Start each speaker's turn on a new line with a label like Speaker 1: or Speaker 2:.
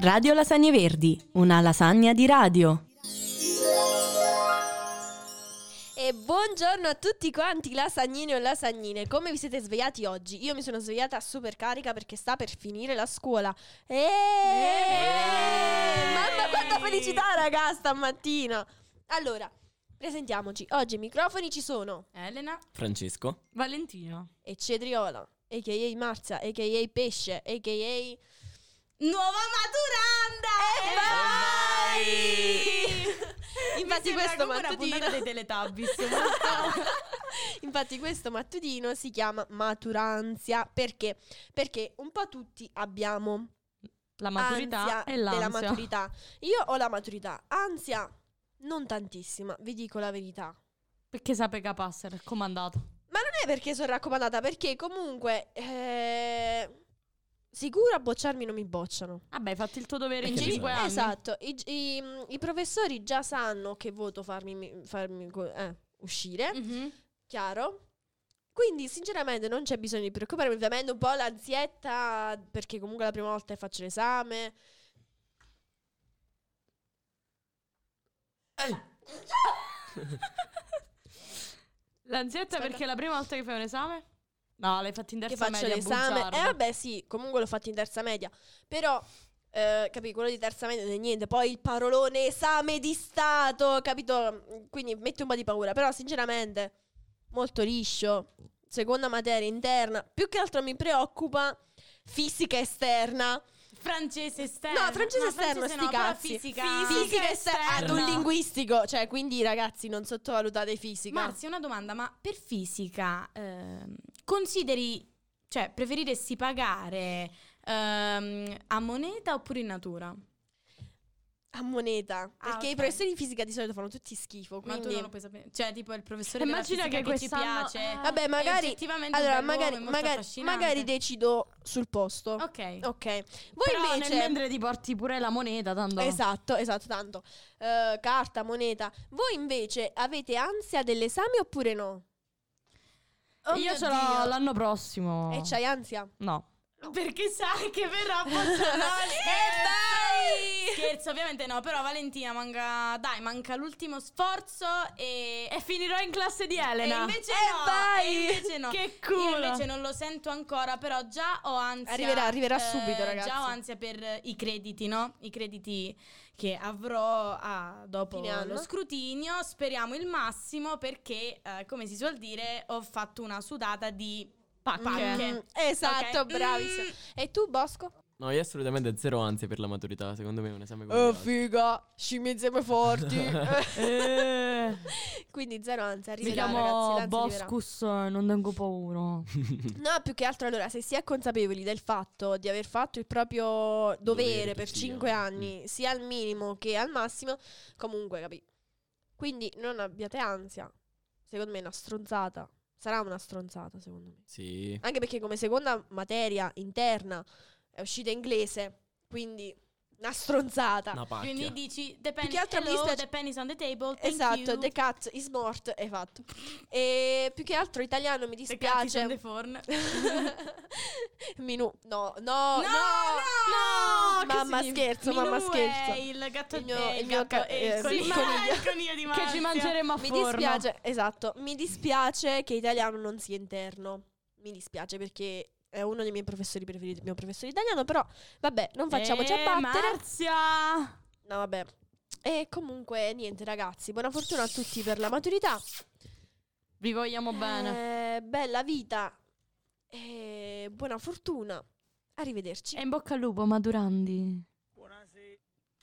Speaker 1: Radio Lasagne Verdi, una lasagna di radio.
Speaker 2: E buongiorno a tutti quanti lasagnini o lasagnine, come vi siete svegliati oggi? Io mi sono svegliata super carica perché sta per finire la scuola. Eeeh! Mamma quanta felicità raga stamattina! Allora, presentiamoci, oggi i microfoni ci sono
Speaker 3: Elena
Speaker 4: Francesco.
Speaker 3: Valentino.
Speaker 2: e Cedriola, a.k.a. Marzia, a.k.a. Pesce, a.k.a.
Speaker 3: Nuova maturanda! eh,
Speaker 2: Infatti questo mattutino...
Speaker 3: dei Teletubbies.
Speaker 2: Infatti questo mattutino si chiama maturanzia perché? Perché un po' tutti abbiamo
Speaker 3: La
Speaker 2: ansia
Speaker 3: maturità e
Speaker 2: della
Speaker 3: l'ansia.
Speaker 2: maturità. Io ho la maturità, ansia non tantissima, vi dico la verità.
Speaker 3: Perché sape che passa il comandato.
Speaker 2: Ma non è perché sono raccomandata, perché comunque eh, sicuro a bocciarmi non mi bocciano.
Speaker 3: Vabbè, fatti il tuo dovere in
Speaker 4: Perché
Speaker 3: 5
Speaker 4: bisogna-
Speaker 3: anni.
Speaker 2: Esatto, i, i- i professori già sanno che voto farmi, farmi eh, uscire.
Speaker 3: Mhm.
Speaker 2: Chiaro? Quindi sinceramente non c'è bisogno di preoccuparmi, ovviamente un po' l'ansietta, perché comunque la prima volta che faccio l'esame.
Speaker 3: L'ansietta
Speaker 2: Aspetta.
Speaker 3: perché è la prima volta che fai un esame? No, l'hai fatto in
Speaker 2: che
Speaker 3: terza
Speaker 2: faccio
Speaker 3: media
Speaker 2: l'esame.
Speaker 3: bugiardo.
Speaker 2: Eh vabbè sì, comunque l'ho fatto in terza media. Però, eh, capì, quello di terza media non è niente. Poi il parolone esame di Stato, capito? Quindi mette un po' di paura. Però sinceramente, molto liscio. Seconda materia interna. Più che altro mi preoccupa fisica esterna.
Speaker 3: Francese esterno.
Speaker 2: No, francese esterno, sti cazzi. Fisica esterna. Ad un linguistico, cioè, quindi ragazzi, non sottovalutate fisica.
Speaker 5: Marzia, una domanda, ma per fisica ehm, consideri, cioè preferiresti pagare ehm, a moneta oppure in natura?
Speaker 2: a moneta, perché i
Speaker 5: ok.
Speaker 2: professori di fisica di solito fanno tutti schifo,
Speaker 5: Ma tu
Speaker 2: quindi
Speaker 5: non lo puoi sapere. Cioè, tipo il professore
Speaker 3: Immagina
Speaker 5: della
Speaker 3: che
Speaker 5: fisica che, ci
Speaker 3: quest'anno-
Speaker 5: piace.
Speaker 3: Ah.
Speaker 2: Vabbè,
Speaker 5: è
Speaker 2: magari-
Speaker 5: oggettivamente un
Speaker 2: allora
Speaker 5: bell'uomo, è
Speaker 2: magari,
Speaker 5: molto
Speaker 2: magari,
Speaker 5: affascinante.
Speaker 2: magari decido sul posto. Ok.
Speaker 5: Ok.
Speaker 2: Voi
Speaker 3: Però nel
Speaker 2: invece
Speaker 3: mentre ti porti pure la moneta, tanto.
Speaker 2: Esatto, esatto, tanto Eh, carta, moneta. Voi invece avete ansia dell'esame oppure no?
Speaker 5: Oh
Speaker 3: Io
Speaker 5: mio
Speaker 3: ce l'ho
Speaker 5: Dio.
Speaker 3: l'anno prossimo.
Speaker 2: E c'hai ansia?
Speaker 3: No.
Speaker 5: Perché sai che verrà posso- no, scherzo. Scherzo, ovviamente no, però Valentina manca, dai, manca l'ultimo sforzo e,
Speaker 3: E finirò in classe di
Speaker 5: E
Speaker 3: Elena.
Speaker 5: invece
Speaker 2: Eh,
Speaker 5: no,
Speaker 2: vai!
Speaker 5: e invece no.
Speaker 3: Che
Speaker 5: Io
Speaker 3: culo.
Speaker 5: invece non lo sento ancora, però già ho ansia. eh,
Speaker 2: Arriverà, arriverà subito, ragazzi.
Speaker 5: Già ho ansia per eh, i crediti, no? I crediti che avrò ah, dopo
Speaker 2: Fine anno.
Speaker 5: lo scrutinio. Speriamo il massimo perché, eh, come si suol dire, ho fatto una sudata di pacche.
Speaker 2: Mm, esatto,
Speaker 5: Ok.
Speaker 2: bravissimo.
Speaker 5: Mm.
Speaker 2: E tu, Bosco?
Speaker 4: No, io assolutamente zero ansia per la maturità. Secondo me è un esame
Speaker 2: Oh,
Speaker 4: complicato.
Speaker 2: figa, scimmie insieme forti.
Speaker 3: Eh,
Speaker 2: Quindi zero ansia,
Speaker 3: mi
Speaker 2: arriverà,
Speaker 3: chiamo
Speaker 2: ragazzi, l'ansia arriverà.
Speaker 3: Boscus, non tengo paura.
Speaker 2: No, più che altro allora, se si è consapevoli del fatto di aver fatto il proprio dovere
Speaker 4: Dovere,
Speaker 2: per
Speaker 4: sì,
Speaker 2: 5
Speaker 4: eh.
Speaker 2: anni, sia al minimo che al massimo, comunque, capì? Quindi non abbiate ansia. Secondo me è una stronzata. Sarà una stronzata, secondo me.
Speaker 4: Sì.
Speaker 2: Anche perché come seconda materia interna è uscita inglese, quindi una stronzata.
Speaker 4: Una pacchia.
Speaker 5: Quindi dici, the penny,
Speaker 2: che altro mi
Speaker 5: hello,
Speaker 2: dispiace-
Speaker 5: the penny's on the table. Oh, thank
Speaker 2: Esatto,
Speaker 5: you.
Speaker 2: The Cat is mort, è fatto. E più che altro italiano mi
Speaker 5: The cat is
Speaker 2: dispiace.
Speaker 5: on the phone.
Speaker 2: Minù. No, no, no,
Speaker 5: no, che
Speaker 2: Mamma
Speaker 5: significa-
Speaker 2: scherzo, mamma
Speaker 5: Minù
Speaker 2: scherzo.
Speaker 5: è il gatto
Speaker 2: Il mio-
Speaker 5: eh,
Speaker 2: il mio
Speaker 5: gatto-
Speaker 2: ca-
Speaker 5: eh,
Speaker 2: eh,
Speaker 5: il coniglio,
Speaker 2: sì,
Speaker 5: il coniglio di
Speaker 3: Che
Speaker 5: Marzia.
Speaker 3: ci mangeremo a
Speaker 2: Mi
Speaker 3: forno.
Speaker 2: dispiace, esatto, mi dispiace che italiano non sia interno. Mi dispiace perché è uno dei miei professori preferiti, il mio professore italiano, però vabbè, non facciamoci
Speaker 3: Eh,
Speaker 2: abbattere.
Speaker 3: Marzia!
Speaker 2: No, vabbè. E comunque niente ragazzi, buona fortuna a tutti per la maturità.
Speaker 3: Vi vogliamo bene.
Speaker 2: Eh, bella vita. E buona fortuna. Arrivederci.
Speaker 5: Eh.
Speaker 3: E in bocca al lupo, Maturandi.